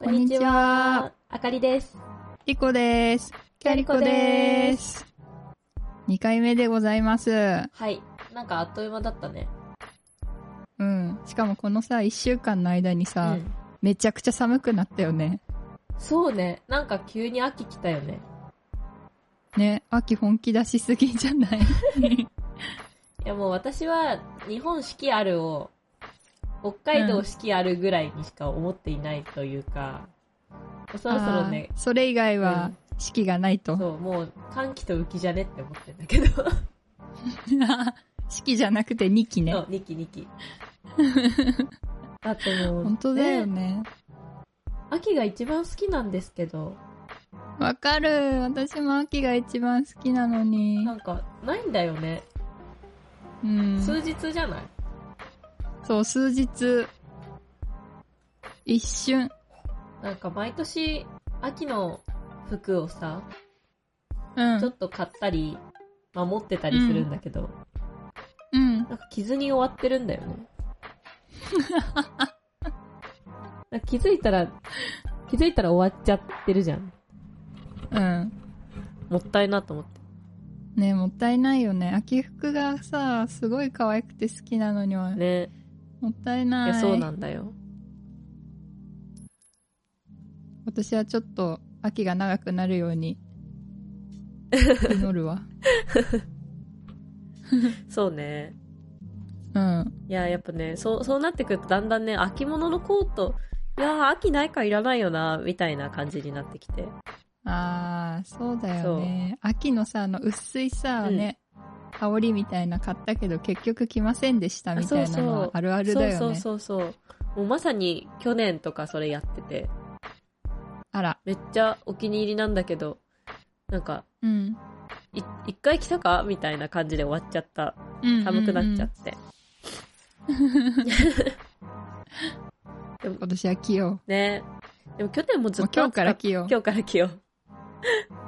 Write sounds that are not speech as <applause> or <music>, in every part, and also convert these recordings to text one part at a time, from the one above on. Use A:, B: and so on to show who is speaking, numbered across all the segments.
A: こんにちは。
B: あかりです。
A: リコです。
B: キャリコです。
A: 2回目でございます。
B: はい。なんかあっという間だったね。
A: うん。しかもこのさ、1週間の間に
B: う
A: さ、
B: ん
A: めちゃくちゃ寒くなったよね。
B: そうね。なんか急に秋来たよね。
A: ね、秋本気出しすぎじゃない
B: いやもう私は日本四季あるを、北海道四季あるぐらいにしか思っていないというか、 <laughs> そろそろね
A: あー、それ以外
B: う
A: は
B: ん、
A: 四季がないと。
B: そう、もう寒気と浮きじゃねって思ってんだけど。
A: <laughs> 四季じゃなくて2期ね
B: そ。う、2期2期。 <laughs> だってもう、
A: 本当だよ
B: ね
A: ね。
B: 秋が一番好きなんですけど、
A: わかる。私も秋が一番好きなのに。
B: なんかないんだよね。
A: うん。
B: 数日じゃない
A: そう、数日。一瞬。
B: なんか毎年秋の服をさ、
A: う
B: ちょ
A: ん。
B: っと買ったり、まあ、持ってたりするんだけど、
A: うん。
B: なんか傷に終わってるんだ
A: <laughs>
B: よね。なんか気づいたら、気づいたら終わっちゃってるじゃん。
A: うん。
B: もったいなと思って。
A: ねもったいないよね秋服がさすごい可愛くて好きなのには、
B: ね。
A: もったいないい
B: や、そうなんだよ。
A: 今年はちょっと秋が長くなるよ
B: <laughs>
A: うに祈るわ
B: そうね。
A: うん
B: いや、やっぱね、そう、そうなってくるとだんだんね、秋物のコート、いやー、秋ないからいらないよな、みたいな感じになってきて。
A: あーそうだよね秋のさあの薄いさね、羽織みたいな買ったけど結局着ませんでしたみたいなのはあるあるだよね
B: そうそうそうそう。もうまさに去年とかそれやってて、
A: あら
B: めっちゃお気に入りなんだけど、なんか、
A: うん
B: い一回来たかみたいな感じで終わっちゃった。
A: うん
B: 寒くなっちゃっ
A: うん
B: て。
A: うん今年は着よ
B: ねでも去年もず
A: うも
B: っ
A: う
B: と
A: 今日
B: 暑か
A: から着よう
B: 今日から着よう。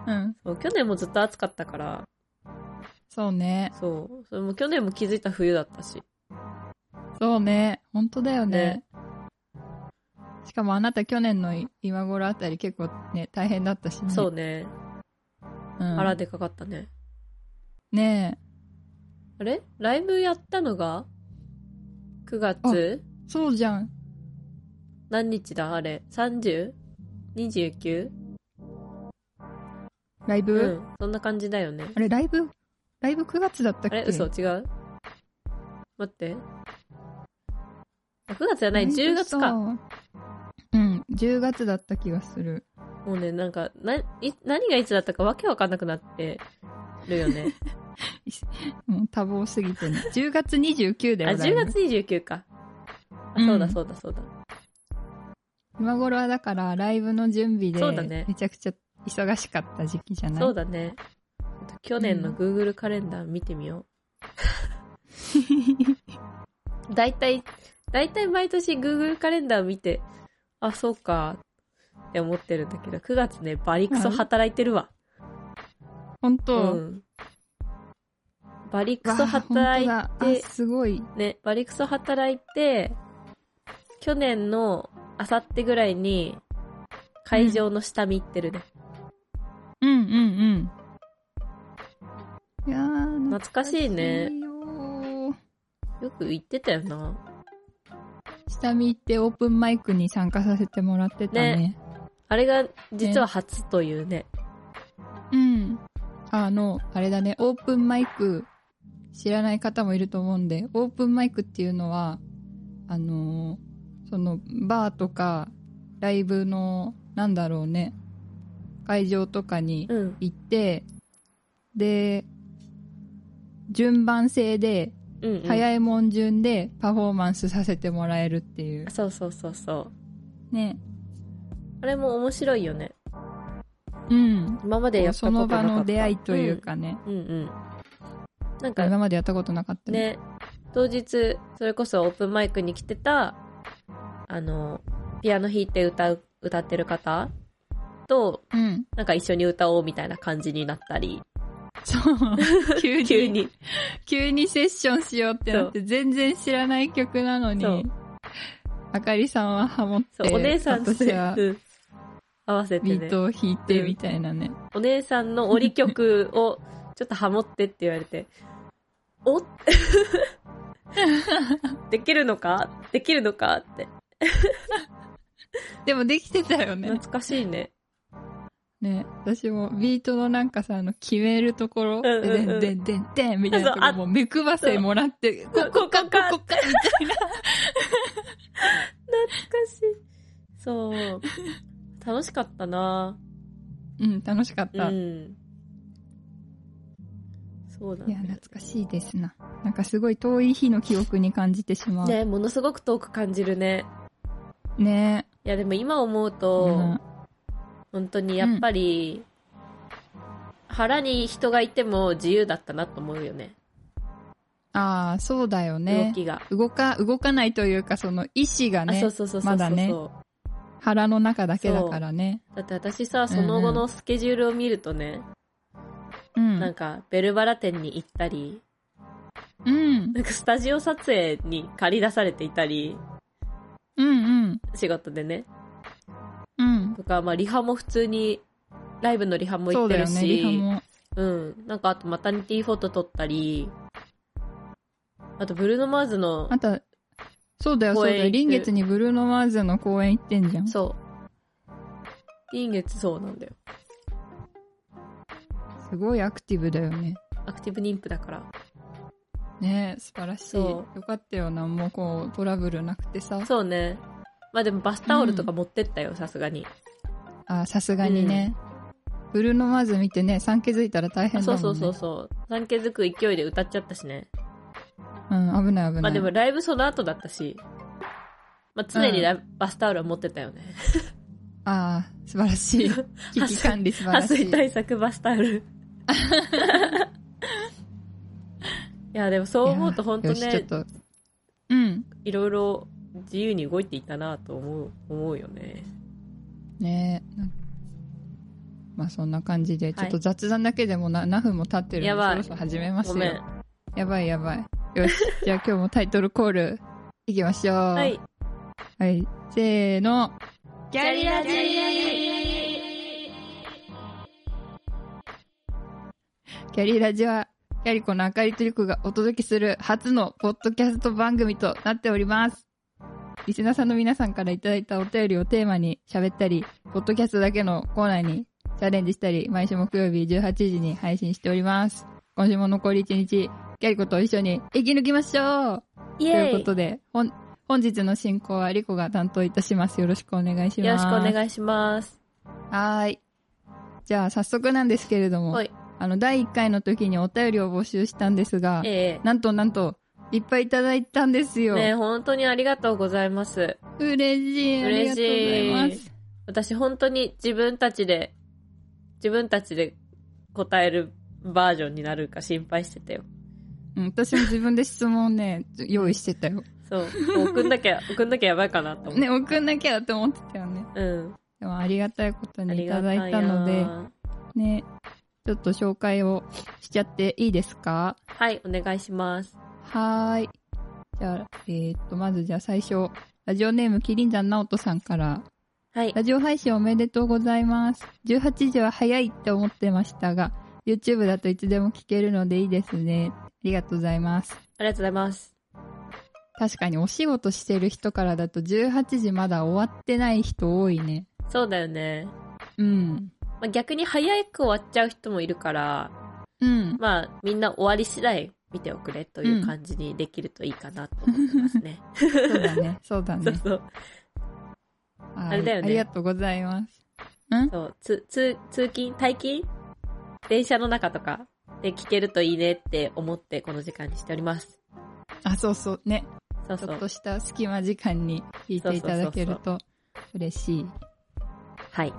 A: うん
B: そう去年もずっと暑かったから、
A: そうね
B: そう。それも去年も気づいた冬だったし。
A: そうね、本当だよね
B: ね。
A: しかもあなた去年の今頃あたり結構ね、大変だったしね。
B: そうね。
A: うん。
B: 腹でかかったね。
A: ね
B: あれライブやったのが ?9 月
A: え、そうじゃん。
B: 何日だあれ ?30?29?
A: ライブ、
B: うん、そんな感じだよね。
A: あれ、ライブライブ9月だったっ
B: あ
A: け
B: れ嘘違う待って。あ9月じゃない、
A: ライブ
B: 10月か。も
A: さうん、10月だった気がする。
B: うね、なんか、ない何がいつだったかわけわかんなくなってるよ
A: <laughs>
B: ね。
A: もう多忙すぎ
B: <laughs>
A: てね。10月29
B: あ、
A: だよライ
B: 10
A: ブ
B: 月29か。あ、
A: うん
B: そうだそうだそうだ。
A: 今頃はだから、ライブの準備
B: そうだね
A: で、めちゃくちゃ忙しかった時期じゃない
B: そうだね。去年の Google カレンダー見てみよう。だいたい、だいたい毎年 Google カレンダー見て、あ、そうか、って思ってるんだけど、9月ね、バリクソ働いてるわ。
A: 本当、
B: ん、バリク
A: わ
B: ソ
A: あ
B: 働
A: 本当
B: い
A: だ
B: て
A: あ、すごい。
B: ね、バリクソ働いて、去年のあさってぐらいに会場の下見行ってるね。
A: うんうんうん。いやー、
B: 懐かしいね。
A: よー
B: よく行ってたよな。
A: 下見行ってオープンマイクに参加させてもらってたね。
B: あれが実は初というね。
A: うん。あの、あれだね、オープンマイク、知らない方もいると思うんで、オープンマイクっていうのは、あのーその、バーとか、ライブの、なんだろうね、会場とかに
B: うん。
A: 行って、で、順番制で、
B: うん、うん。い。
A: 早いもん順でパフォーマンスさせてもらえるっていう。
B: そうそうそうそう。
A: ね。
B: あれも面白いよね。
A: うん。
B: 今までやったことな
A: その
B: かった
A: 場の出会いという。かね。
B: うん、うん、うん。なんか
A: 今までやったことなかったね。
B: ね、当日、それこそオープンマイクに来てた、あの、ピアノ弾いて歌う、歌ってる方と、
A: うん。
B: なんか一緒に歌おうみたいな感じになったり、
A: そう。急
B: 急
A: に、<laughs> 急
B: に
A: に、。セッションしようってなって、全然知らない曲なの
B: そう
A: に、あかりさんはハモって、
B: そう、お姉さんと
A: 私は
B: うん合わせて
A: ビ
B: ね
A: ー。トを弾いてみたいなね。
B: お姉さんの折り曲をちょっとハモってって言われて、おっ <laughs> できるのかできるのかって。
A: でもできてたよね。
B: 懐かしいね。
A: ね、私もビートのなんかさ、あの、決めるところ、
B: んうんうん
A: でんでんでんでんみたいなとこ
B: そうあ
A: ろもう目くばせもらって、こ
B: ここかか
A: こか、
B: 懐かしい。そう。楽しかったな
A: うん、楽しかっ
B: う
A: た。い
B: ん。そうだね。
A: や、懐かしいですな。なんかすごい遠い日の記憶に感じてしまう。ね
B: ね、ものすごく遠く感じるね。
A: ね
B: いや、でも今思う
A: う
B: と、
A: ん
B: 本当にやっぱり、腹に人がいても自由だったなと思うよね。
A: ああ、そうだよ
B: 動
A: ね。
B: きが。
A: 動か、動かないというか、その意志が
B: あ、そ
A: ね
B: う、そうそうそうそうそう。
A: まだね腹の中だけだからね。
B: だって私さ、その後のスケジュールを見るとね、
A: う
B: なん
A: ん。
B: か、ベルバラ店に行ったり、
A: うん。
B: なんかスタジオ撮影に借り出されていたり、
A: うんうん。
B: 仕事でね。
A: うん。
B: とか、まあ、リハも普通に、ライブのリハも行
A: そ
B: っ
A: う
B: て
A: だ
B: る
A: よ
B: し、
A: ね、リハも。
B: うん。なんか、あとマタニティフォト撮ったり、あと、ブルーノマーズの、
A: あと、そうだよ、そう
B: 公
A: だ
B: 園行
A: よ。
B: って
A: 臨月にブルーノマーズの公演行ってんじゃん。
B: そう。臨月そうなんだよ。
A: すごいアクティブだよね。
B: アクティブ妊婦だから。
A: ねえ素晴らしい。
B: そ
A: よかったよな、もうこう、トラブルなくてさ。
B: そうね。まあでもバスタオルとか持ってったよ、さすがに。
A: あ、さすがにね。ブルーノマーズ見てね、産気づいたら大変だ
B: そ
A: もん
B: う
A: ね。
B: そうそうそう。産気づく勢いで歌っちゃったしね。
A: うん、危ない危ない。
B: まあでもライブその後だったし、まあ常にライブバスタオルは持ってたよね。
A: ああ、素晴らし
B: <laughs>
A: い。危機管理素晴
B: 破
A: らし
B: 水
A: い。
B: 対策バスタオ
A: <laughs>
B: ル。いや、でもそう思うと本当
A: いやよし
B: ね
A: ち、ょっと。うん。
B: いろいろ自由に動いていたなと思う、思うよね。
A: ねえ。なんまあそんな感じで、
B: い
A: ちょっと雑談だけでもな何分も経ってるんで、
B: やばい
A: そろそろ始めます
B: ご
A: よ。
B: めん。
A: やばいやばい。よし。 <laughs> じゃあ今日もタイトルコール、いきましょう。
B: は。
A: はいはい、せーの。ギ
B: ャリラジ
A: ギャリラジは、ギャリコの明るいトリックがお届けする初のポッドキャスト番組となっております。リスナーさんの皆さんからいただいたお便りをテーマに喋ったり、ポッドキャストだけのコーナーにチャレンジしたり、毎週木曜日18時に配信しております。今週も残り1日、ギャリコと一緒に生き抜きましょう
B: イ
A: と
B: エ
A: いう
B: ーイ
A: ことで、本本日の進行はリコが担当いたします。よろしくお願いします。
B: よろしくお願いします。
A: はーい。じゃあ早速なんですけれども、
B: はい。
A: あの第1回の時にお便りを募集したんですが、
B: え
A: なんとなんといっぱいいただいたんです
B: え
A: よ。
B: ねえ本当にありがとうございます。
A: 嬉しい。あり
B: 嬉
A: が
B: し
A: とうござ
B: い
A: います。
B: 私本当に自分たちで、自分たちで答えるバージョンになるか心配してたよ。
A: うん、私も自分で質問ね、 <laughs> 用意してたよ。
B: そう。もう送んなきゃ、送んなきゃやばいかなと思って。
A: ね、送んなきゃって思ってたよね。
B: うん。
A: でもありがたいこと
B: あ
A: に
B: り
A: い
B: が
A: た
B: た
A: だ
B: い
A: いたので、
B: な
A: ね、ちょっと紹介をしちゃっていいですか
B: はい、お願いします。
A: はーい。じゃあ、えーっと、まずじゃあ最初、ラジオネーム、キリンザンナオトさんから、
B: はい。
A: ラジオ配信おめでとうございます。18時は早いって思ってましたが、YouTube だといつでも聞けるのでいいですね。ありがとうございます。
B: ありがとうございます。
A: 確かにお仕事してる人からだと18時まだ終わってない人多いね。
B: そうだよね。
A: うん。
B: まあ、逆に早く終わっちゃう人もいるから、
A: うん。
B: まあ、みんな終わり次第見ておくれという感じにできるといいかなと思ってます <laughs> ね。
A: そうだ
B: <laughs>
A: ね。そうだ
B: そう
A: ね。
B: そう。
A: はい
B: あれだよね
A: ありがとうございます。
B: そう、つ、つ、通勤、退勤電車の中とかで聞けるといいねって思ってこの時間にしております。
A: あ、そうそう。ね。
B: そう
A: ち
B: そ
A: ょっ
B: う
A: と。した隙間時間に聞いていただけると嬉しい。
B: はい。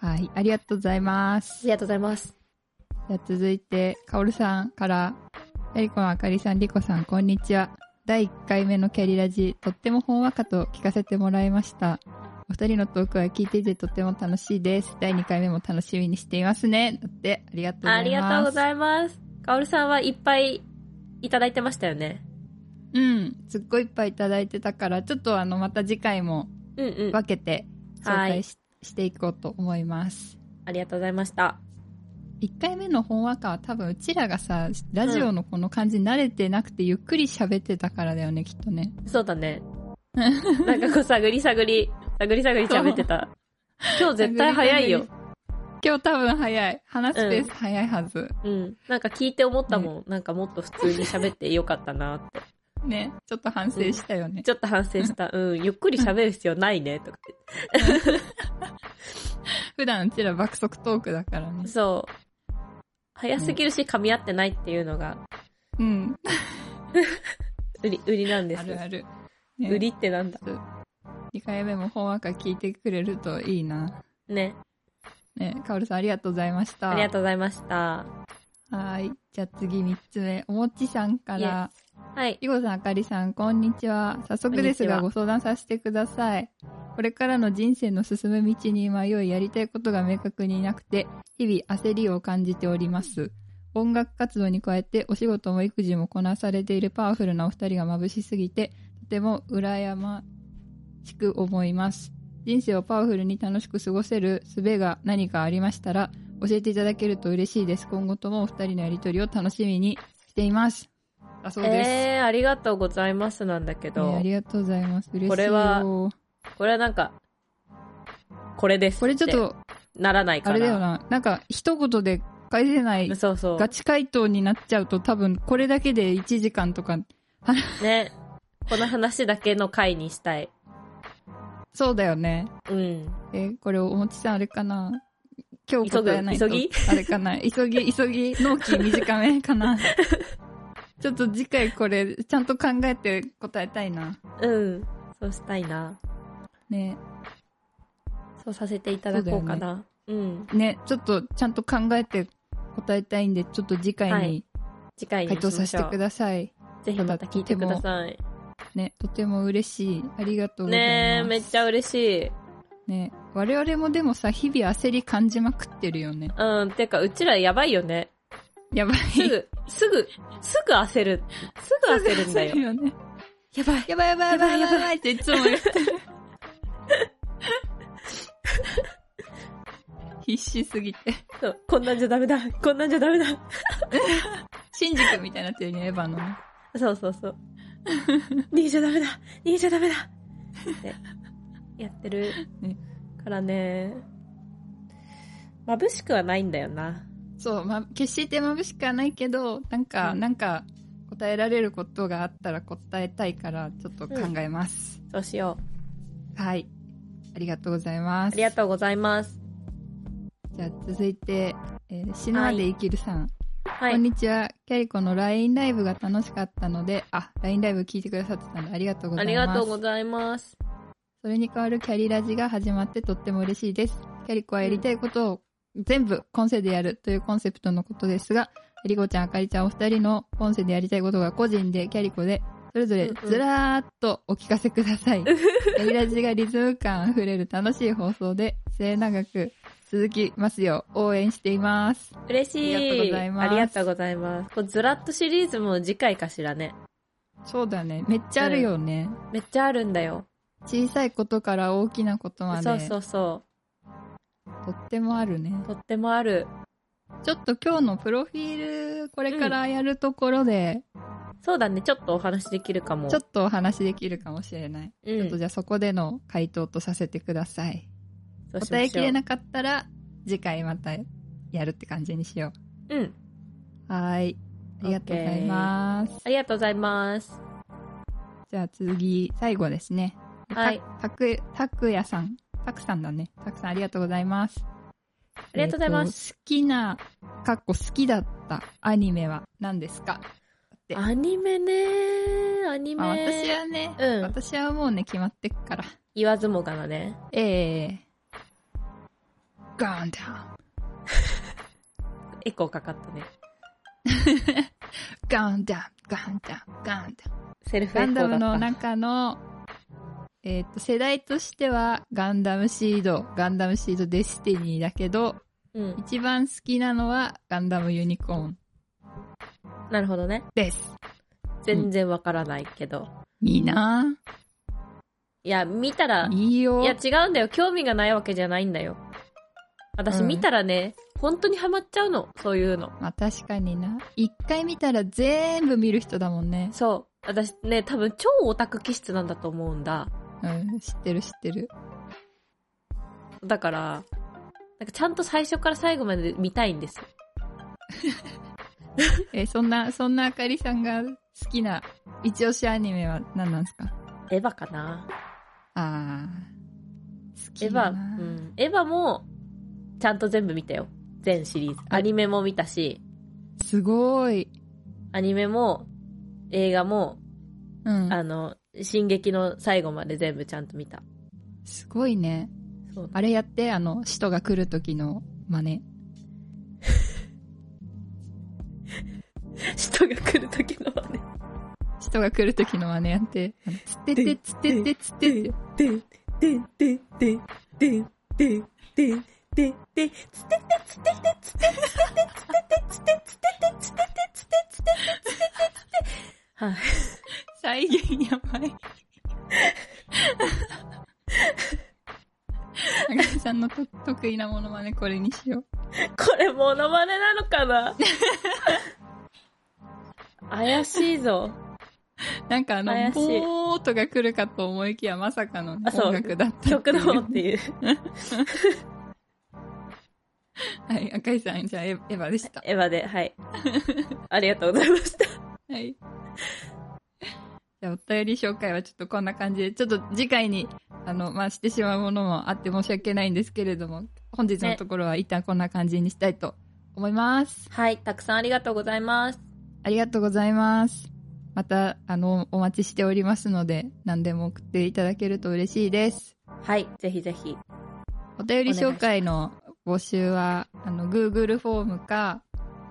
B: あ
A: はい、ありがとうございます。
B: り
A: じ
B: がとうございます。
A: ゃあ続いて、かおるさんから、やりこのあかりさん、りこさん、こんにちは。第1回目のキャリラジ、とってもほんわかと聞かせてもらいました。お二人のトークは聞いていてとっても楽しいです。第2回目も楽しみにしていますね。だって、ありがとうご
B: あ
A: ざいます。
B: りがとうございます。かおるさんはいっぱいいただいてましたよね。
A: うん、すっごいいっぱいいただいてたから、ちょっとあの、また次回も
B: うんうん。
A: 分けて紹介ししていこうと思います。
B: ありがとうございました。
A: 1回目の本話かは多分うちらがさ、ラジオのこの感じに慣れてなくてゆっくり喋ってたからだよね、きっとね。
B: そうだ
A: <laughs>
B: ね。なんかこう、探り探り、探り探り喋って
A: <laughs>
B: た。今日絶対早いよ。
A: 今日多分早い。話すペース早いはず。
B: うん。なんか聞いて思ったもん。なんかもっと普通に喋ってよかったなって。
A: ね、ちょっと反省したよね。
B: ちょっと反省
A: <laughs>
B: した。うん。ゆっくり喋る必要ないね、とかっ
A: 普段うちら爆速トークだからね
B: て。。そう。早すぎるし、噛み合ってないっていうのが、
A: うん。
B: 売り、売りなんです
A: あ。るある。ね
B: 売りってなんだ
A: ちょっと2回目も本か聞いてくれるといいな。
B: ね。
A: ね、カオルさんありがとうございました。
B: ありがとうございました。
A: はーい。じゃあ次3つ目。おもちさんから。
B: はい。
A: りごさん、あかりさん、こんにちは。早速ですが
B: こん
A: ご相談させてください。これからの人生の進む道に迷い、やりたいことが明確になくて、日々焦りを感じております。音楽活動に加えて、お仕事も育児もこなされているパワフルなお二人が眩しすぎて、とても羨ましく思います。人生をパワフルに楽しく過ごせる術が何かありましたら、教えていただけると嬉しいです。今後ともお二人のやりとりを楽しみにしています。だそうです。
B: えー、ありがとうございますなんだけ
A: ね
B: ど
A: あ、りがとうございます。嬉しいよ。
B: これはこれはなんか、これです。
A: これちょっ、と、
B: ならないか
A: あ
B: ら。
A: れだよな。なんか、一言で返せない、
B: そうそう。
A: ガチ回答になっちゃうと多分、これだけで1時間とか、
B: ね。この話だけの回にしたい。
A: そうだよね。
B: うん。
A: え、これ、おもちさんあれかな今日答えないと。
B: 急ぐ急ぎ
A: あれかな急ぎ、急ぎ、納期短め
B: <laughs>
A: かなちょっと次回これ、ちゃんと考えて答えたいな。
B: うん。そうしたいな。
A: ね。
B: そうさせていただこうかな。うん。
A: ね、ちょっと、ちゃんと考えて答えたいんで、ちょっと次
B: は
A: 回に
B: い次回に
A: 回
B: しま
A: 答
B: しょう。
A: させてください。
B: ぜひまた聞いてください。
A: ね、とても嬉しい。ありがとうございます。
B: ねえ、めっちゃ嬉しい。
A: ね、我々もでもさ、日々焦り感じまくってるよね。
B: うん。てか、うちらやばいよ
A: <laughs>
B: ね。
A: やばい。
B: すぐ、すぐ、すぐ焦る。すぐ焦るんだよ。
A: よね。
B: やばい。
A: やばいやばいやばいやばいやばいっていつも
B: <laughs>
A: 言ってる。必死すぎて。
B: そうこんなんじゃダメだ。こんなんじゃダメだ。
A: シンジ君みたいになってるね、エヴァのね。
B: そうそう
A: <laughs>
B: そう。逃げちゃダメだ逃げちゃダメだってやってる
A: <laughs> ね
B: からね。眩しくはないんだよな。
A: そう、ま、決して眩しくはないけど、なんか、
B: うん
A: なんか、答えられることがあったら答えたいから、ちょっと考えます。
B: そうしよう。
A: はい。ありがとうございます。
B: ありがとうございます。
A: じゃあ続いて、えー死ぬまで生きるさん。
B: は
A: こん
B: い。
A: にちは。キャリコの LINE ライブが楽しかったので、あ、LINE ライブ聞いてくださってたのでありがとうござ
B: あ
A: いま
B: り
A: す。
B: がとうございます。
A: それに代わるキャリラジが始まってとっても嬉しいです。キャリコはやりたいことを全部今世でやるというコンセプトのことですが、リコちゃん、あかりちゃんお二人の今世でやりたいことが個人で、キャリコで、それぞれずらーっとお聞かせくだ
B: <laughs>
A: さい。キャリラジがリズム感あふれる楽しい放送で、末永く続きますよう応援しています。
B: 嬉しい。
A: ありがとうございます
B: ありがとうございます。こうずらっとシリーズも次回かしらね。
A: そうだね。めっちゃあるよね。
B: めっちゃあるんだよ。
A: 小さいことから大きなことまで
B: そうそうそ
A: とってもあるね
B: う。とってもある。
A: ちょっと今日のプロフィールこれからやるところで、
B: そうだね。ちょっとお話できるかも。
A: ちょっとお話できるかもしれない、
B: うん
A: ちょっとじゃあそこでの回答とさせてください
B: そうしましょう
A: 答えきれなかったら次回またやるって感じにしよ
B: うん。
A: うはーいありがとうございます
B: ありがとうございます。
A: じゃあ次最後ですね
B: はい
A: たたくたくやさんたくさんだねたくさんありがとうございますあ
B: りがとうございます、
A: えーと好きなかっこ好きだったアニメは何ですかて
B: アニメねアニメ。
A: まあ、私はね、
B: うん
A: 私はもうね、決まってっから。
B: 言わずもがなね。
A: ええガンダム。
B: エコーかかったね。
A: ガンダム。ガンダム。ガンダム。
B: セルフエ
A: ガ
B: コー
A: ン
B: だ
A: ダ
B: った。
A: ムの中の、えっ、と、世代としては、ガンダムシード、ガンダムシードデスティニーだけど、
B: うん。
A: 一番好きなのは、ガンダムユニコーン
B: なるほどね。
A: です。
B: 全然わからないけど。
A: いいなぁ。
B: いや、見たら、
A: いいよ。
B: いや、違うんだよ。興味がないわけじゃないんだよ。私
A: うん
B: 見たらね、本当にハマっちゃうの。そういうの。
A: まあ確かにな。一回見たら全部見る人だもんね。
B: そう。私ね、多分超オタク気質なんだと思うんだ。
A: うん、知ってる知ってる。
B: だから、なんかちゃんと最初から最後まで見たいんです。
A: え、そんな、そんなあかりさんが好きな一押しアニメは何なんですか
B: エヴァかな
A: あー。好き
B: エヴ
A: だ
B: ァ、う
A: な。
B: ん。エヴァも、ちゃんと全部見たよ。全シリーズ。アニメも見たし、
A: すごい。
B: アニメも、映画も、
A: うん。
B: あの、進撃の最後まで全部ちゃんと見た。
A: すごいね。
B: そう
A: あれやって、あの、使徒が来る時の真似。
B: 人が来る時のはね。
A: 使徒が来る時の真似やって、あのつってってつってってつってって。
B: でん、でん、でん、でん、でん、でん、でん、でん、でん、つててつててつててつててつててつててつててつててつててつててつててつててはい。
A: 再現やばい。あかりさんのと得意なものまねこれにしよう。
B: これモノマネなのかな怪しいぞ。
A: なんかあの
B: 怪、しい
A: ボーとか来るかと思いきやまさかのね
B: あそう
A: 音楽だったって
B: 曲
A: いう
B: の方っていう。
A: はい、赤井さん、じゃあエヴエヴァでした。
B: エヴァで、はい。ありがとうございました。
A: はい。じゃあ、お便り紹介はちょっとこんな感じで、ちょっと次回に、あの、まあ、してしまうものもあって申し訳ないんですけれども、本日のところは一旦こんな感じにしたいと思います。
B: はい、たくさんありがとうございます。
A: ありがとうございます。また、あの、お待ちしておりますので、何でも送っていただけると嬉しいです。
B: はい、ぜひぜひ。
A: お便り紹介の募集は、あの、Google フォームか、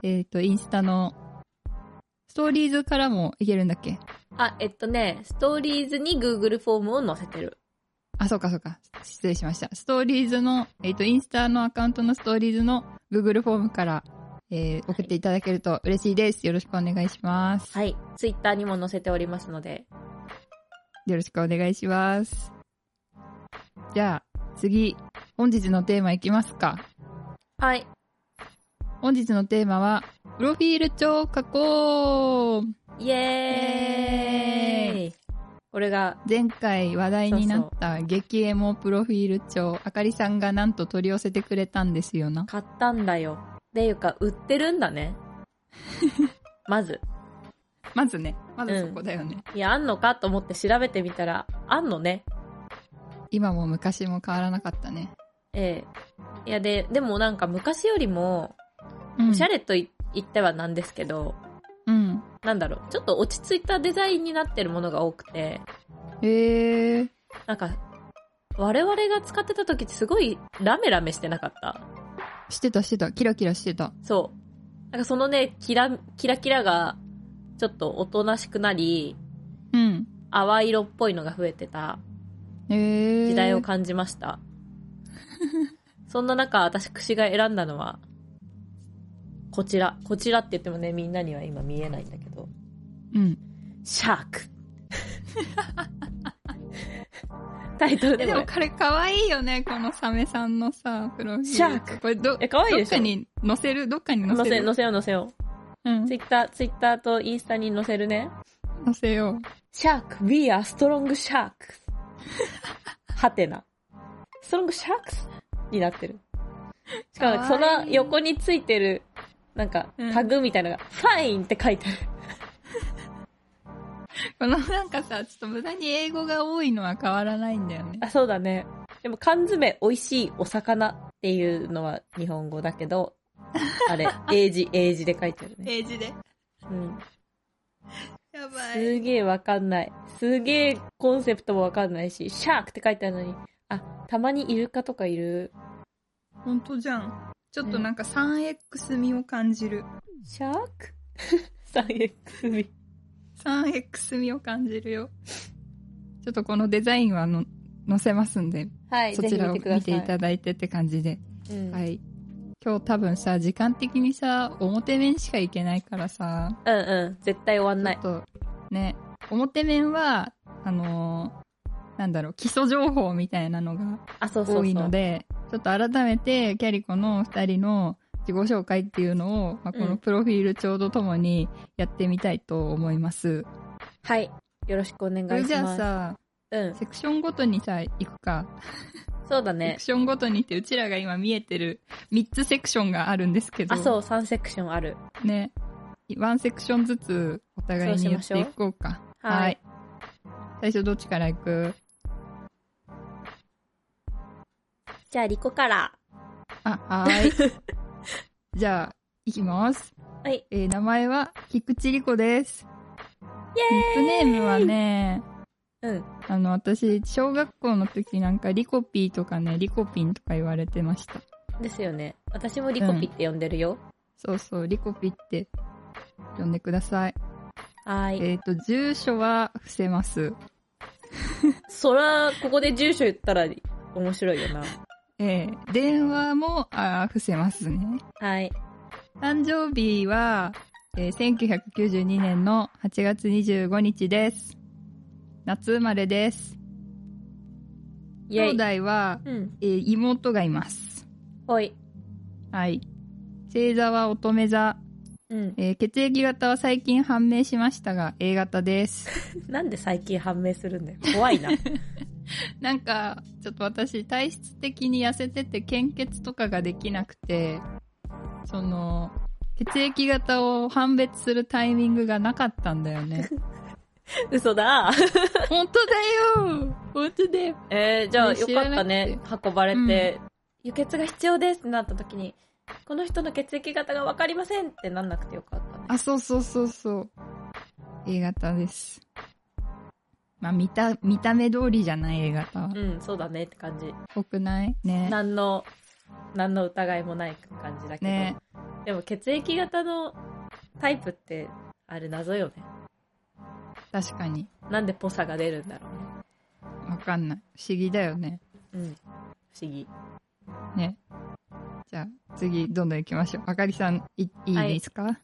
A: えっ、と、インスタの、ストーリーズからもいけるんだっけ
B: あ、えっとね、ストーリーズに Google フォームを載せてる。
A: あ、そうかそうか。失礼しました。ストーリーズの、えっ、と、インスタのアカウントのストーリーズの Google フォームから、えー送っていただけると嬉しいです。よろしくお願いします。
B: はい、Twitter にも載せておりますので。
A: よろしくお願いします。じゃあ、次、本日のテーマいきますか。
B: はい、
A: 本日のテーマは、プロフィール帳加工
B: イエーイこれが、
A: 前回話題になった激エモプロフィール帳、あかりさんがなんと取り寄せてくれたんですよな。
B: 買ったんだよ。っていうか、売ってるんだ <laughs> ね。まず。
A: まずね、まずそこだよね。
B: いや、あんのかと思って調べてみたら、あんのね。
A: 今も昔も変わらなかったね。
B: ええ。いや、で、でもなんか昔よりも、
A: うん
B: おしゃれとい言ってはなんですけど、
A: うん。
B: なんだろう、ちょっと落ち着いたデザインになってるものが多くて、
A: えー、
B: なんか、我々が使ってた時ってすごいラメラメしてなかった。
A: してたしてた、キラキラしてた。
B: そう。なんかそのね、キラ、キラキラが、ちょっとおとなしくなり、
A: うん。
B: 淡い色っぽいのが増えてた
A: えー。
B: 時代を感じま
A: <laughs>
B: した。そんな中、私、櫛が選んだのは、こちら。こちらって言ってもね、みんなには今見えないんだけど、
A: うん。
B: シャーク。タイトル
A: え
B: で
A: で
B: も
A: もこれ可愛いよね、このサメさんのさ、プロフィール。
B: シャーク
A: これど、
B: え可愛いでしょ
A: どっかに載せるどっかに載
B: 載
A: せ
B: せ、
A: る
B: 載せよう載せよ
A: うん
B: う。ツイッター、ツイッターとインスタに載せるね。
A: 載せよ
B: シャーク、we are strong sharks. はてな。strong sharks? になってる。しかも、
A: か
B: そ
A: わいい
B: の横についてる、なんか
A: うん、
B: タグみたいなのが、fine って書いてある。
A: う。このなんかさ、ちょっと無駄に英語が多いのは変わらないんだよね。
B: あ、そうだね。でも、缶詰、美味しい、お魚っていうのは日本語だけど、あ <laughs> れ、英字、英字で書いてあるね。
A: ページで。
B: うん。
A: やば
B: すげえわかんない。すげえコンセプトもわかんないし、シャークって書いてあるのに、あ、たまにイルカとかいる。
A: ほんとじゃん。ちょっとなんか 3X 味を感じる。
B: シャー <laughs> ク ?3X 味。
A: 3X 味を感じるよ。ちょっとこのデザインはあの載せますんで、
B: はい、
A: そ
B: ぜひ
A: ちら
B: 見
A: を
B: てくだ
A: 見
B: さ
A: て
B: い。
A: いただいてって感じで。
B: うん、
A: は。い。今日多分さ、時間的にさ、表面しか行けないからさ、
B: うんうん。絶対終わんない。
A: ちょっとね、表面は、あのーなんだろう、基礎情報みたいなのが
B: あ、そうそうそう。
A: 多いので、ちょっと改めて、キャリコの2人の自己紹介っていうのを、まあ、こ
B: う
A: の
B: ん
A: プロフィール帳とともにやってみたいと思います。
B: はい。よろしくお願いし
A: そ
B: ま
A: れ
B: す。
A: じゃあさ、
B: うん。
A: セクションごとにさ、行くか。
B: そうだ
A: セ
B: ね
A: ク。ションごとにって、うちらが今見えてる3つセクションがあるんですけど、
B: あ、そう、3セクションある。
A: ね。1セクションずつお互いに言っていこうか。
B: はい。
A: 最初どっちから行く
B: じゃあ、リコから。
A: あ、は
B: <laughs>
A: ーい。じゃあ、行きます。
B: はい。
A: えー名前は菊池莉子です。ニッ
B: イ
A: クネームはね、
B: ェーイうん。
A: あの、私、小学校の時なんか、リコピーとかね、リコピンとか言われてました。
B: ですよね。私もリコピって呼んでるよ。
A: そうそう、リコピって呼んでください。
B: はーい。
A: えっ、と、住所は伏せます。
B: そら、ここで住所言ったら面白いよな。
A: えー電話も、あー伏せますね。
B: はい。
A: 誕生日は、えー1992年の8月25日です。夏生まれです。
B: イェ
A: 兄
B: イ。
A: 弟は、
B: うん。
A: えー妹がいます。
B: ほい。
A: はい。星座は乙女座。
B: うん。
A: えー血液型は最近判明しましたが、A 型です。
B: なんで最近判明するんだよ。怖いな。
A: <laughs> なんか、ちょっと私、体質的に痩せてて、献血とかができなくて、その、血液型を判別するタイミングがなかったんだよ <laughs> ね。
B: <laughs> 嘘だ。
A: 本当だよ本当だよ
B: えー、じゃあ、
A: ね
B: よかっ
A: 知ら
B: た
A: な
B: ね。運ばれて、輸血が必要ですってなった時に、この人の血液型がわかりませんってなんなくてよかったね。
A: あ、そうそうそうそう。A 型です。まあ、見た、見た目通りじゃない A 型は。
B: うん、そうだねって感じ。
A: ぽくないね。
B: 何の、何の疑いもない感じだけど。
A: ね
B: でも血液型のタイプって、あれ謎よね。
A: 確かに。
B: なんでポサが出るんだろ
A: わかんない。不思議だよね。
B: うね。うん。不思議。
A: ね。じゃあ、次、どんどん行きましょう。あかりさん、い、いい
B: はい
A: ですか、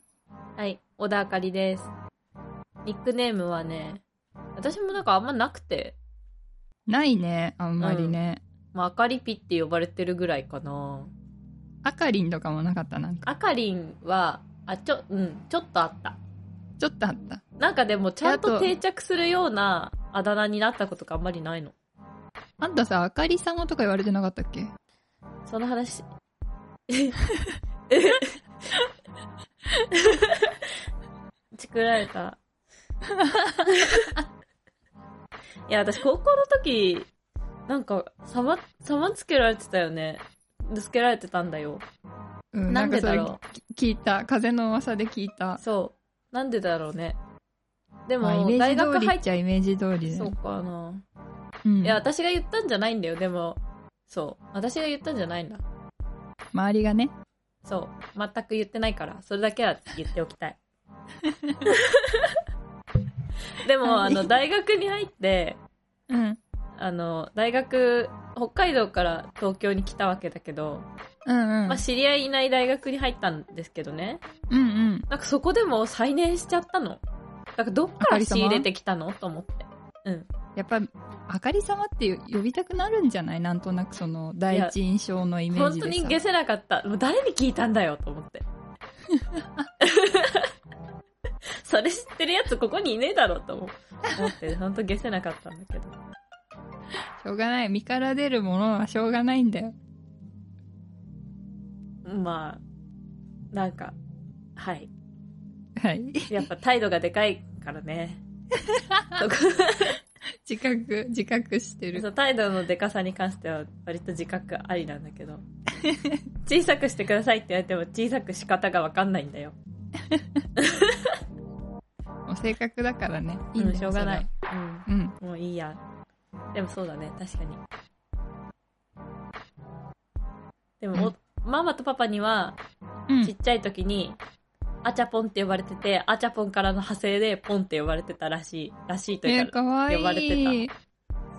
B: はい、小田あかりです。ニックネームはね、私もなんかあんまなくて、
A: ないね、あんまりね。
B: まあ、あかりぴって呼ばれてるぐらいかな。
A: あかりんとかもなかった、なんか。
B: あかりんは、あ、ちょ、うん、ちょっとあった。
A: ちょっとあった。
B: なんかでも、ちゃん
A: あ
B: と
A: と
B: 定着するようなあだ名になったことがあんまりないの。
A: あんたさ、あかりさんとか言われてなかったっけ
B: その話。ちくられた。いや、私高校の時、なんか、さま、さまつけられてたよね。つけられてたんだよ。
A: うん、
B: なんで
A: かそ
B: だ
A: れ
B: ろ。
A: 聞いた。風の噂で聞いうた。
B: そう。なんでだろうね。で
A: まあ、イ
B: も、
A: メ
B: 大
A: ージ
B: 学
A: 通り
B: 入
A: っ
B: っ
A: ちゃイメージ通り
B: て、
A: で。
B: そうかな。
A: うん
B: いや、私が言ったんじゃないんだよ。でも、そう。私が言ったんじゃないんだ。
A: 周りがね。
B: そう。全く言ってないから、それだけは言っておきた
A: <laughs>
B: い。でも、
A: はい
B: あの、大学に入って、
A: うん。
B: あの、大学、北海道から東京に来たわけだけど、
A: うんうん。
B: まあ、知り合いいない大学に入ったんですけどね。
A: うんうん。
B: なんかそこでも再燃しちゃったの。なんかどっから仕入れてきたのと思って。うん。
A: やっぱ、あかり様って呼びたくなるんじゃないなんとなくその、第一印象のイメー
B: 本
A: ジ
B: 当
A: で
B: に
A: さ。
B: 消せなかった。もう誰に聞いたんだよ、と思
A: <laughs>
B: って。それ知ってるやつここにいねえだろ、と思思って、本当消せなかったんだけど。
A: しょうがない。身から出るものはしょうがないんだよ。
B: まあ、なんか、はい。
A: はい。 <laughs>
B: やっぱ態度がでかいからね。そこ
A: 自覚、自覚して
B: そ
A: る。
B: う態度のでかさに関しては割と自覚ありなんだけど。小さくしてくださいって言われても小さく仕方がわかんないんだよ。
A: もう性格だからね。いい
B: うんん、
A: だよ
B: しょうがない。
A: それはうん。
B: うん、もういいや。でもそうだね、確かに。でも、おママとパパには、
A: うん
B: ちっちゃい時に、アチャポンって呼ばれてて、アチャポンからの派生でポンって呼ばれてたらしい、らしいという
A: えー、
B: か、
A: かわ
B: 呼ばれ
A: い
B: て
A: い。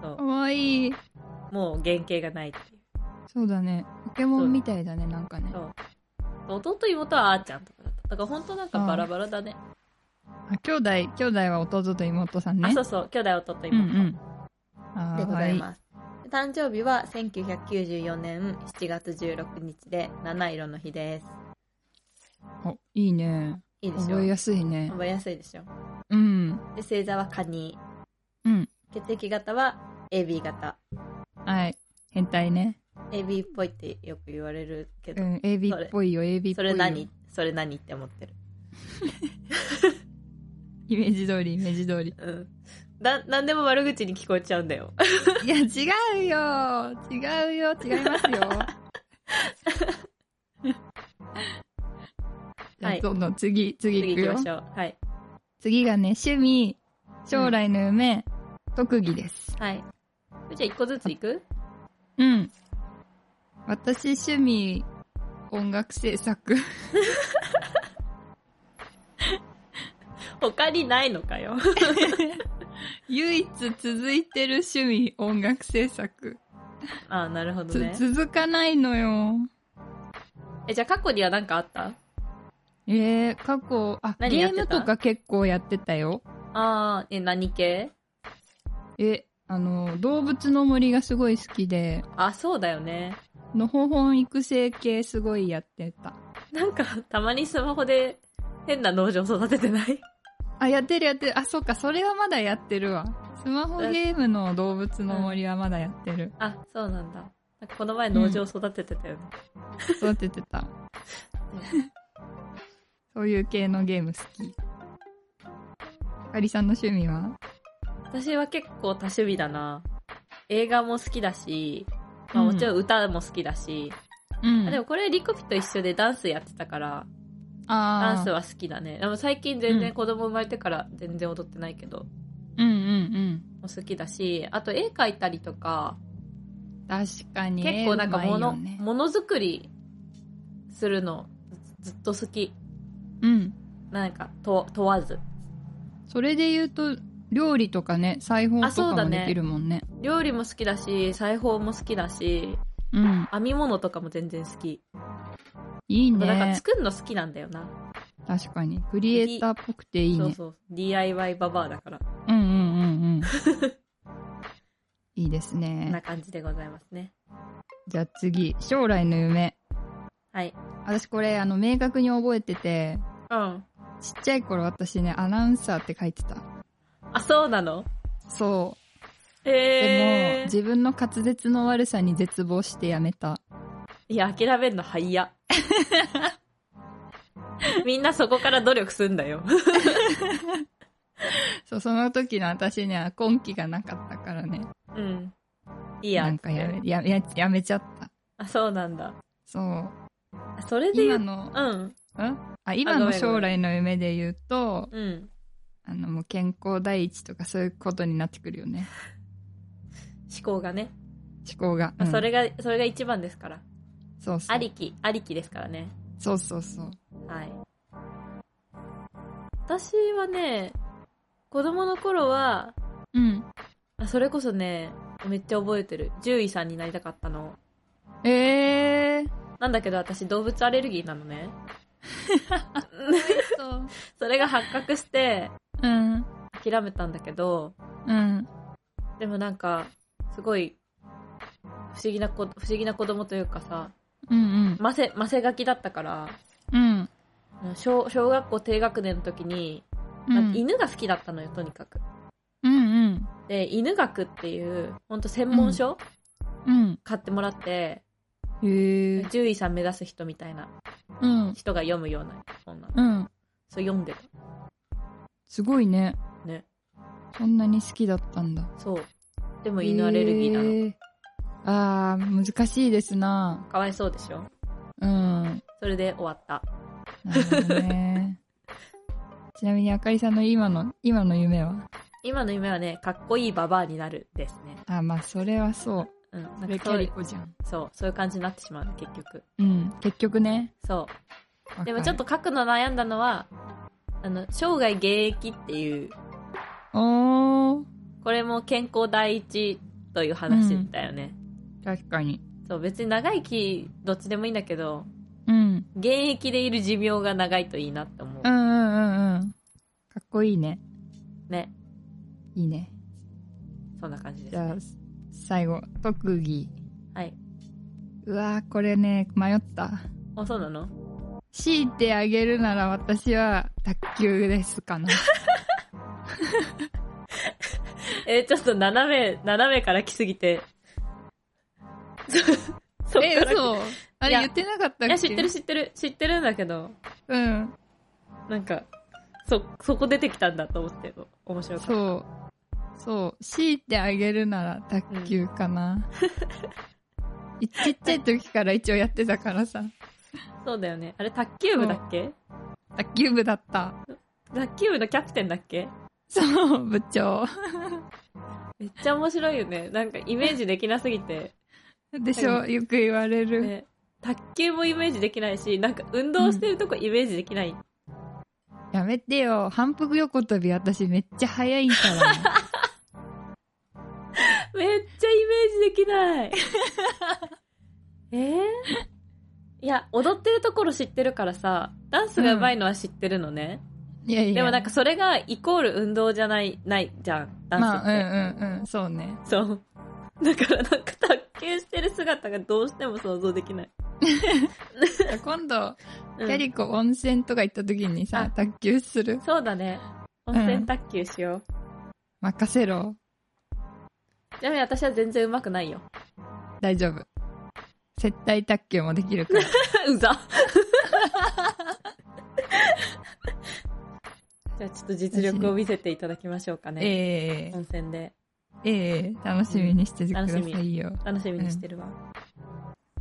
B: そ
A: かわいい。
B: う、もう原型がないっていう。
A: そうだね。ポケモンみたいだね、なんかね
B: そ。う弟妹はあーちゃんとかだった。だから本当なんかバラバラだね。
A: あ兄弟、兄弟は弟と妹さんね。
B: あ、そうそう、兄弟弟妹。
A: うんうん。は
B: でござ
A: ー
B: い
A: い。
B: ます。誕生日は1994年7月16日で七色の日です。
A: おいいね。
B: いいでしょ
A: 覚えやすいね。
B: 覚えやすいでしょ
A: うん。
B: で、星座はカニ。
A: うん。
B: 血液型は AB 型。
A: はい。変態ね。
B: AB っぽいってよく言われるけ
A: う
B: ど、
A: ん。
B: そ
A: AB
B: れ
A: っぽいよ、AB っぽいよ。
B: それ何それ何って思ってる。
A: イメージ通り、イメージ
B: <laughs>
A: 通り。
B: うん。な、なんでも悪口に聞こえちゃうんだよ。
A: いや、違うよ違うよ違
B: <laughs>
A: いますよじゃ
B: は
A: あ
B: い
A: どんどん次、次
B: 次
A: 行く
B: 行
A: よ
B: きま。しょう。はい。
A: 次がね、趣味、将来の夢、特技です。
B: はい。じゃあ一個ずつ行く
A: うん。私、趣味、音楽
B: <laughs>
A: 制作。
B: 他にないのか <laughs> よ。
A: 唯一続いてる趣味、音楽制作。
B: ああ、なるほど
A: つ、
B: ね。
A: 続かないのよ。
B: え、じゃあ過去には何かあった
A: えー、過去、あ、
B: 何
A: ゲ
B: やっ
A: ー
B: てた
A: ムとか結構やってたよ。
B: ああ、え、何系
A: え、あの、動物の森がすごい好きで、
B: あ、そうだよね。
A: のほほん育成系すごいやってた。
B: なんか、たまにスマホで変な農場育ててない
A: あ、やってるやってる。あ、そうか、それはまだやってるわ。スマホゲームの動物の森はまだやってる。
B: あ、そうなんだ。なんかこの前農場育ててたよね。
A: 育てて
B: <laughs>
A: た。そういう系のゲーム好き。あかりさんの趣味は
B: 私は結構多趣味だな。映画も好きだし、まあ、
A: うん
B: もちろん歌も好きだし、
A: うん
B: あでもこれリコピと一緒でダンスやってたから、
A: あー
B: ダンスは好きだね。でも最近全然子供生まれてから全然踊ってないけど、も
A: うんうん
B: う好きだし、あと絵描いたりとか、
A: うん。確かに。
B: 結構なんか
A: 絵
B: も
A: うまいよ
B: の、
A: ね
B: ものづくりするのずずっと好き。
A: うん。
B: なんか、と、問わず。
A: それで言うと、料理とかね、裁縫
B: あ
A: と
B: そう
A: か
B: だ
A: も
B: ね
A: できるもんね。
B: 料理も好きだし、裁縫も好きだし、
A: うん。
B: 編み物とかも全然好き。
A: いい
B: あとなんか
A: ね。
B: 作るの好きなんだよな。
A: 確かに。クリエイターっぽくていいね。
B: そうそう。DIY ババアだから。
A: うんう
B: <laughs>
A: んうんうん。いいです
B: こんな
A: ね。
B: 感じでございますね。
A: じゃあ次、将来の夢。
B: はい。
A: 私これ、あの、明確に覚えてて、
B: うん。
A: ちっちゃい頃私ね、アナウンサーって書いてた。
B: あ、そうなの
A: そ
B: ええー。
A: う。でも、自分の滑舌の悪さに絶望してやめた。
B: いや、諦めんの早
A: <laughs>
B: や。みんなそこから努力すんだよ。
A: そう、その時の私には根気がなかったからね。
B: うん。いいや。
A: なんかやめ、やややめちゃった。
B: あ、そうなんだ。
A: そう。
B: それで言
A: 今
B: う、
A: の、
B: うん。
A: んあ、今
B: ご
A: の
B: めんごめん
A: 将来の夢で言うと、
B: うん。
A: あの、もう健康第一とかそういうことになってくるよね。
B: 思考がね。
A: 思考が。
B: まあ
A: うん
B: それが、それが一番ですから。
A: そうそう。
B: ありき、ありきですからね。
A: そうそうそう。
B: はい。私はね、子供の頃は、
A: うん。
B: あそれこそね、めっちゃ覚えてる。獣医さんになりたかったの。
A: えー。
B: なんだけど私動物アレルギーなのね。
A: そう。
B: それが発覚して
A: うん。
B: 諦めたんだけど、
A: うん。
B: でもなんか、すごい、不思議な子、不思議な子供というかさ、
A: うん
B: ませ、ませ書きだったから、
A: うん。うん。
B: 小、小学校低学年の時に、
A: う
B: まあ
A: ん。
B: 犬が好きだったのよ、とにかく。
A: うん。
B: で、犬学っていう、ほんと専門書、
A: うん。
B: 買ってもらって、
A: うん。へー。
B: 獣医さん目指す人みたいな
A: うん。
B: 人が読むような本なの。
A: うん。
B: それ読んでた。
A: すごいね。
B: ね。
A: そんなに好きだったんだ。
B: そう。でも犬アレルギーなの。
A: へーあー、難しいですな
B: かわいそうでしょ
A: うん。
B: それで終わった。
A: なるほどね。 <laughs> ちなみにあかりさんの今の、今の夢は
B: 今の夢はね、かっこいいババアになるですね。
A: あ、まあそれはそう。
B: うん。な
A: そ
B: ん
A: れ
B: かそ
A: キ
B: う
A: ャ
B: いう、
A: リコじゃん。
B: そう、そういう感じになってしまうの、結局。
A: うん。結局ね。
B: そ
A: わか
B: う。
A: る
B: でもちょっと書くの悩んだのは、あの、生涯現役っていう、
A: おー。
B: これも健康第一という話だよね。
A: 確かに。
B: そう、別に長生き、どっちでもいいんだけど、
A: うん。
B: 現役でいる寿命が長いといいなって思う
A: うんう。んうんうん。かっこいいね。
B: ね。
A: いいね。
B: そんな感じです
A: じゃ
B: ね。
A: あ最後特技
B: はい。
A: うわーこれね迷った
B: あ、そうなの
A: 強いてあげるなら私は卓球です
B: <laughs>
A: かな
B: えーちょっと斜め、斜めから来すぎて。 <laughs> そそっ
A: え
B: から
A: 嘘あ
B: い
A: れ
B: や
A: 言ってなかったっけ
B: いや、知ってる知ってる。知ってるんだけど、
A: うん
B: なんか、そ、そこ出てきたんだと思って、面白かった。
A: そうそう強いてあげるなら卓球かな、い <laughs> ちっちゃい時から一応やってたからさ
B: そうだよね。あれ、卓球部だっけ
A: 卓球部だった
B: 卓球部のキャプテンだっけ
A: そう部長
B: めっちゃ面白いよね。なんか、イメージできなすぎて。
A: でしょ、よく言われる、
B: ね、卓球もイメージできないし、なんか、運動してるとこイメージできない。
A: やめてよ反復横跳び私めっちゃ速い
B: <laughs>
A: から
B: めっちゃイメージでき
A: <laughs>
B: ない。えー、いや、踊ってるところ知ってるからさ、ダンスが上手いのは知ってるのね。
A: いやいや
B: でもなんかそれがイコール運動じゃない、ないじゃん、ダンス
A: ま
B: って。
A: あうんうんうんそうね
B: そう。だからなんか卓球してる姿がどうしても想像できない。
A: 今度
B: うん
A: キャリコ温泉とか行った時にさ、
B: あ
A: 卓球する
B: そうだね。温泉卓球しよう。
A: 任せろ
B: ちなみに私は全然上手くないよ。
A: 大丈夫接待卓球もできるから
B: <laughs> う
A: <laughs>
B: ざ。じゃあちょっと実力を見せていただきましょうかね。
A: ええ
B: 温泉で
A: ええ楽しみにしててくださ
B: 楽し
A: いよ、
B: 楽しみにしてるわ、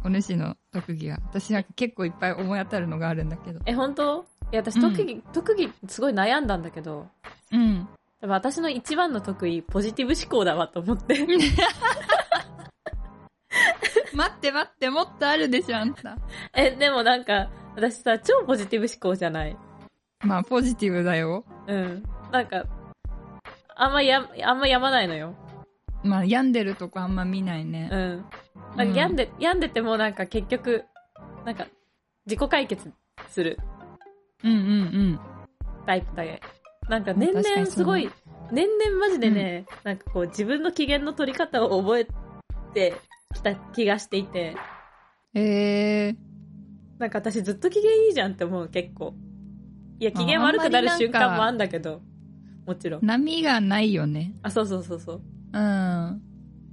A: お主の特技は私は結構いっぱい思い当たるのがあるんだけど
B: え本当いや私
A: うん
B: 特技、特技すごい悩んだんだけど
A: うん
B: でも私の一番の得意ポジティブ思考だわと思って
A: <laughs> <laughs> 待って待ってもっとあるでしょあんた
B: えでもなんか私さ超ポジティブ思考じゃない
A: まあポジティブだよ
B: うんなんかあんまやあんまやまないのよ
A: まあ病んでるとこあんま見ないね
B: う、んなんか病んで、病んでてもなんか結局なんか自己解決する
A: うんうんうん
B: タイプだねなんか
A: まあ
B: 年
A: 確かに
B: 々
A: そう
B: すごい年々マジでね、なんかこう自分の機嫌の取り方を覚えてきた気がしていて
A: ええ
B: なんか私ずっと機嫌いいじゃんって思う結構いや機嫌悪くなる瞬間もあんだけどもちろん
A: 波がないよね
B: あそうそうそうそう
A: うんうん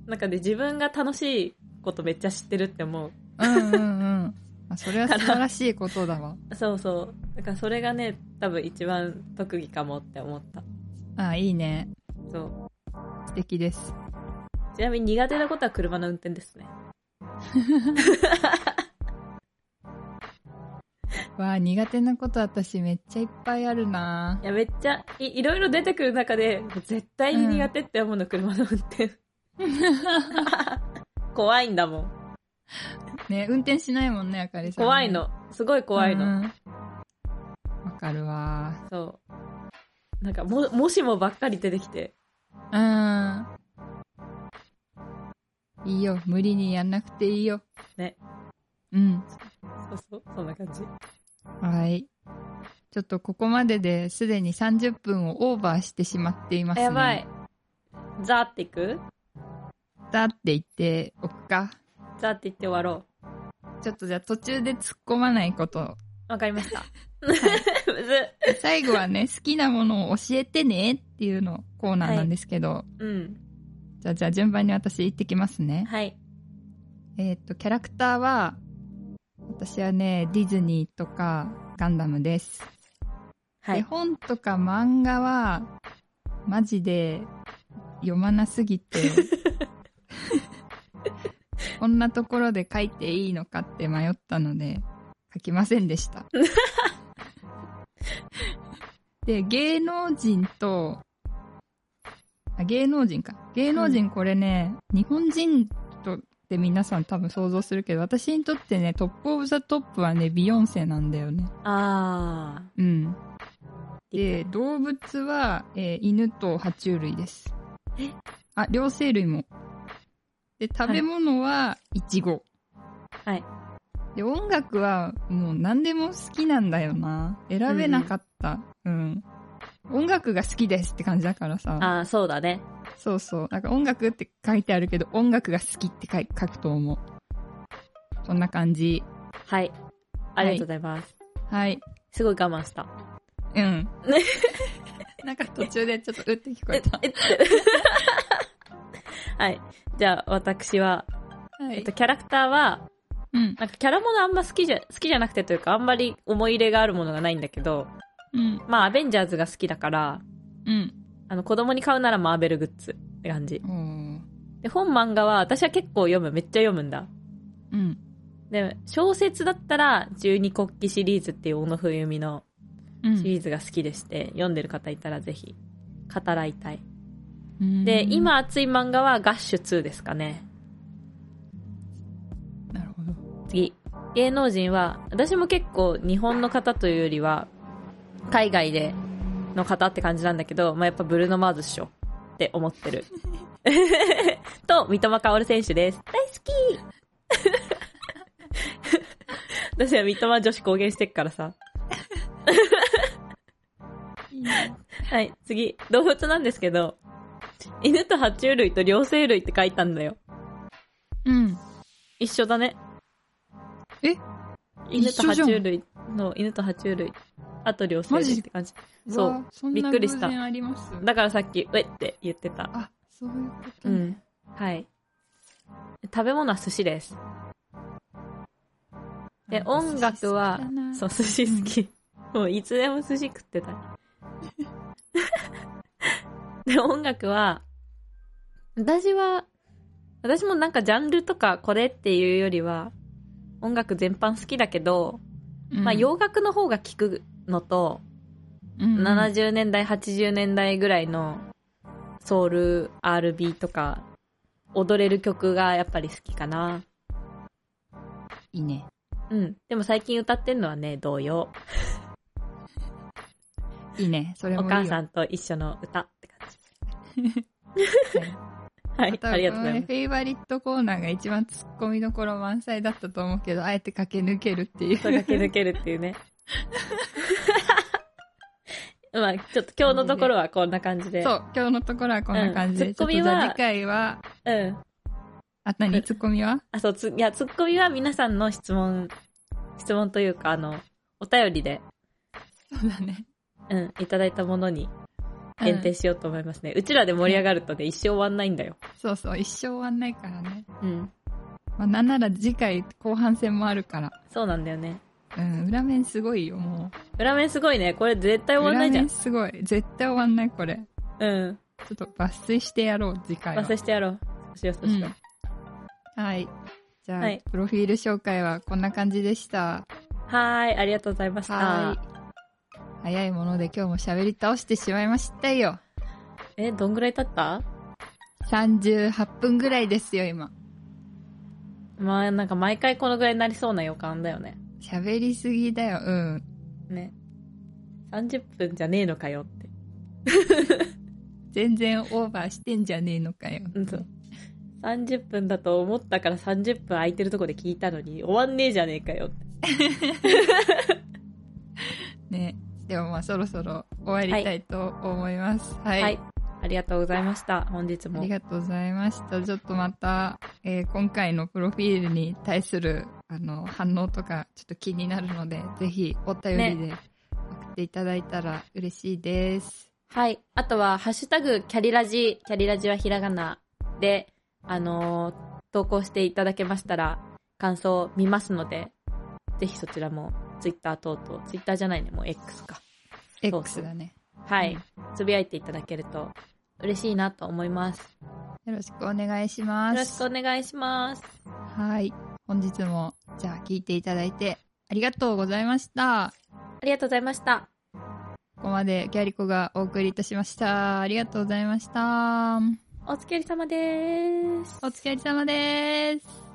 B: なんかで自分が楽しいことめっちゃ知ってるって思う
A: うんうん <laughs> あそれは素晴らしいことだわ
B: そうそうだからそれがね多分一番特技かもって思った
A: あいいね
B: そう
A: 素敵です
B: ちなみに苦手なことは車の運転ですね
A: わあ苦手なこと私めっちゃいっぱいあるない
B: やめっちゃいいろいろ出てくる中でもう絶対に苦手って思うの、車の運転 <laughs> 怖いんだもん
A: ね運転しないもんねあかりさんね
B: 怖いのすごい怖いの、
A: うんわかるわ
B: そうなんかももしもばっかり出てきて
A: うんいいよ無理にやんなくていいよ
B: ね
A: うん
B: そうそうそんな感じ
A: はいちょっとここまでですでに30分をオーバーしてしまっていますね
B: やばいザーっていく
A: だって言っておくか
B: ザーって言って終わろ
A: ちょっとじゃあ途中で突っ込まないこと
B: うわかりました <laughs> むず
A: 最後は
B: <laughs>
A: ね好きなものを教えてねっていうのコーナーなんですけど、
B: うん
A: じゃあじゃあ順番に私行ってきますね
B: はい
A: えーっとキャラクターは私はねディズニーとかガンダムです、
B: は
A: 絵
B: い
A: 本とか漫画はマジで読まなすぎて
B: <laughs>
A: こんなところで書いていいのかって迷ったので書きませんでした
B: <laughs>
A: で芸能人とあ芸能人か芸能人これね、日本人とって皆さん多分想像するけど私にとってねトップ・オブ・ザ・トップはねビヨンセなんだよね
B: あ
A: うん
B: ー
A: で、動物は、えー犬と爬虫類です。あ、両生類も。で、食べ物は、イチゴ。
B: はい
A: で、音楽は、もう何でも好きなんだよな。選べなかった。うん、音楽が好きですって感じだからさ。
B: ああ、そうだね。
A: そうそう。なんか音楽って書いてあるけど、音楽が好きって書い書くと思う。そんな感じ。
B: はい。ありがとうございます。
A: はい。
B: すごい我慢した。
A: <laughs> うん。なんか途中でちょっとうって聞こえた。
B: えって。はい。じゃあ、私は、
A: は
B: えっ
A: い
B: と、。キャラクターは、
A: うん。
B: なんかキャラものあんま好きじゃ、好きじゃなくてというか、あんまり思い入れがあるものがないんだけど、
A: うん。
B: まあ、アベンジャーズが好きだから、
A: うん。
B: あの、子供に買うならマーベルグッズって感じ。
A: おー
B: で、本漫画は私は結構読む、めっちゃ読むんだ。
A: うん。
B: で、小説だったら、十二国旗シリーズっていう小野冬美の
A: う
B: シ
A: ん
B: リーズが好きでして、読んでる方いたらぜひ、語らいたい。
A: うん。
B: で、今熱い漫画はガッシュ2ですかね。
A: なるほど。
B: 次。芸能人は、私も結構日本の方というよりは、海外での方って感じなんだけど、まあ、やっぱブルーノ・マーズっしょって思ってる。 <laughs> と、三笘薫選手です。大好き <laughs> 私は三笘女子公言してっからさ。はい、次。動物なんですけど、犬と爬虫類と両生類って書いたんだよ。
A: うん。
B: 一緒だね。
A: え
B: 犬と
A: 一緒
B: 爬
A: じゃん
B: 虫類の、犬と爬虫類。あと両生類って感じ。そう
A: わあ。そん
B: びっ
A: な
B: く
A: 偶
B: りした
A: 然あります。
B: だからさっき、うえって言ってた。
A: あ、そういうこと
B: う
A: ね。
B: ん。はい。食べ物は寿司です。で、
A: あ
B: 音楽はそう、
A: 寿司好きだ、な
B: 寿司好き。もういつでも寿司食ってたい。 <laughs> で、音楽は、私は、私もなんかジャンルとかこれっていうよりは、音楽全般好きだけど、
A: うん
B: まあ洋楽の方が聞くのと、
A: うんうん
B: 70年代、80年代ぐらいのソウル、R&B とか、踊れる曲がやっぱり好きかな。
A: いいね。
B: うん。でも最近歌ってんのはね、童謡。
A: いいね。それ
B: お
A: もいいよ。
B: 母さんと一緒の歌って感じ。はい
A: ま、た
B: ありがとうござい
A: この
B: ま
A: ねフェイバリットコーナーが一番ツッコミどころ満載だったと思うけど、あえて駆け抜けるっていう。
B: す。 <laughs> そう駆け抜けるっていうね。 <laughs> まあ、ちょっと今日のところはこんな感じで。
A: そう、今日のところはこんな感じで。
B: うんツッコミは
A: ちょっとじゃあ次回は、
B: うん。
A: あ、何ツッコミは
B: あ、そう、つ、いや、ツッコミは皆さんの質問、質問というか、あの、お便りで、
A: そうだね。
B: うん、いただいたものに限定しようと思いますね。うちらで盛り上がるとね、一生終わんないんだよ。
A: そうそう、一生終わんないからね。
B: うん。
A: まあ、なんなら次回後半戦もあるから。
B: そうなんだよね。
A: うん、裏面すごいよ、も
B: 裏面すごいね。これ絶対
A: う。
B: 終わんないじゃ
A: 裏面
B: ん。
A: すごい。絶対終わんない、これ。ち
B: うん。
A: ょっと抜粋してやろう、次回は。
B: 忘れしてやろう。そうしよう、そうしよう。
A: はい。じゃあ、
B: はい
A: プロフィール紹介はこんな感じでし
B: は
A: た。
B: ーい、ありがとうございました。
A: い。早いもので今日も喋り倒してしまいましたよ。
B: え、どんぐらい経った
A: 38分ぐらいですよ、今。
B: まあ、なんか毎回このぐらいになりそうな予感だよね。
A: 喋りすぎだよ、うん。
B: ね。30分じゃねえのかよって。
A: 全然オーバーしてんじゃねえのかよ。
B: うんそう30分だと思ったから30分空いてるとこで聞いたのに、終わんねえじゃねえかよって。
A: ね。でもまあそろそろ終わりたいと思います。はい。
B: はい。ありがとうございました。本日
A: あ
B: も
A: り。がとうございました。ちょっとまた、えー今回のプロフィールに対するあの反応とかちょっと気になるので、ぜひお便りで送っていただいたら嬉しいです。
B: はい。あとは、ハッシュタグ、キャリラジ、キャリラジはひらがなで、あのー投稿していただけましたら、感想を見ますので、ぜひそちらも、ツイッター等々、ツイッターじゃないね、もう X か。そうそう
A: X だね。
B: はい。つぶやいていただけると、嬉しいなと思います。
A: よろしくお願いしま
B: よ
A: す。
B: ろしくお願いします。
A: はい。本日も、じゃあ聞いていただいてありがとうございました。
B: ありがとうございました。
A: ここまでギャリコがお送りいたしました。ありがとうございました。
B: お疲れ様です。
A: お疲れ様です。